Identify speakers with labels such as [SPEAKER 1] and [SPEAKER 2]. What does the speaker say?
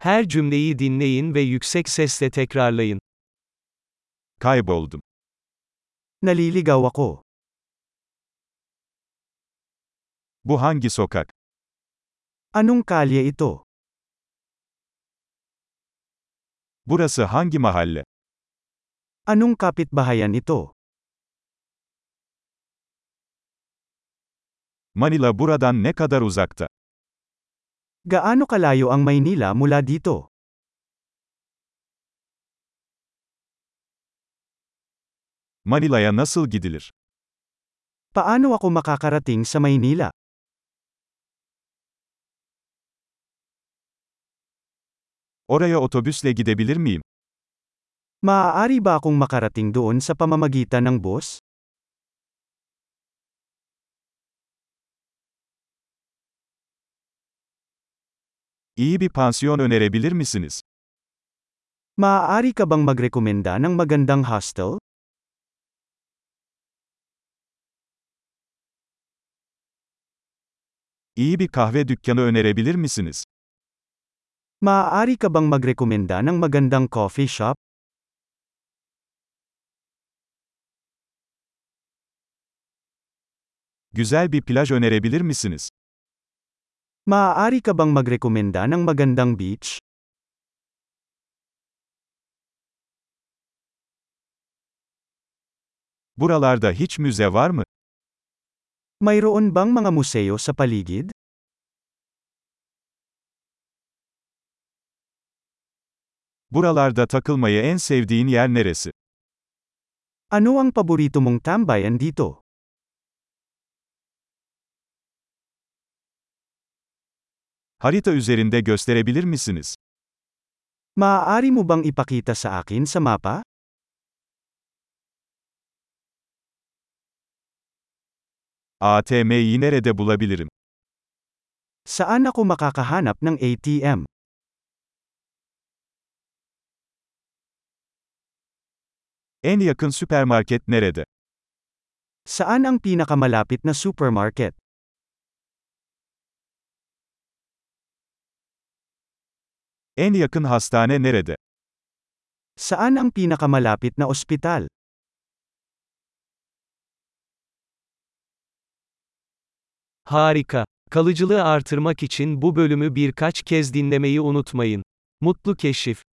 [SPEAKER 1] Her cümleyi dinleyin ve yüksek sesle tekrarlayın.
[SPEAKER 2] Kayboldum.
[SPEAKER 1] Naliligaw ako.
[SPEAKER 2] Bu hangi sokak?
[SPEAKER 1] Anong kalye ito?
[SPEAKER 2] Burası hangi mahalle?
[SPEAKER 1] Anong kapitbahayan ito?
[SPEAKER 2] Manila buradan ne kadar uzakta?
[SPEAKER 1] Gaano kalayo ang Maynila mula dito?
[SPEAKER 2] Manila'ya nasıl gidilir?
[SPEAKER 1] Paano ako makakarating sa Maynila?
[SPEAKER 2] Oraya otobüsle gidebilir miyim?
[SPEAKER 1] Maaari ba akong makarating doon sa pamamagitan ng bus?
[SPEAKER 2] İyi bir pansiyon önerebilir misiniz?
[SPEAKER 1] Maaari ka bang magrekomenda ng magandang hostel?
[SPEAKER 2] İyi bir kahve dükkanı önerebilir misiniz?
[SPEAKER 1] Maaari ka bang magrekomenda ng magandang coffee shop?
[SPEAKER 2] Güzel bir plaj önerebilir misiniz?
[SPEAKER 1] Maaari ka bang magrekomenda ng magandang beach?
[SPEAKER 2] Buralarda hiç müze var mı?
[SPEAKER 1] Mayroon bang mga museo sa paligid?
[SPEAKER 2] Buralarda takılmayı en sevdiğin yer neresi?
[SPEAKER 1] Ano ang paborito mong tambayan dito?
[SPEAKER 2] Harita üzerinde gösterebilir misiniz?
[SPEAKER 1] Maaari mo bang ipakita sa akin sa mapa?
[SPEAKER 2] ATM'yi nerede bulabilirim?
[SPEAKER 1] Saan ako makakahanap ng ATM?
[SPEAKER 2] En yakın süpermarket nerede?
[SPEAKER 1] Saan ang pinakamalapit na supermarket?
[SPEAKER 2] En yakın hastane nerede?
[SPEAKER 1] Saan ang pinakamalapit na ospital? Harika. Kalıcılığı artırmak için bu bölümü birkaç kez dinlemeyi unutmayın. Mutlu keşif.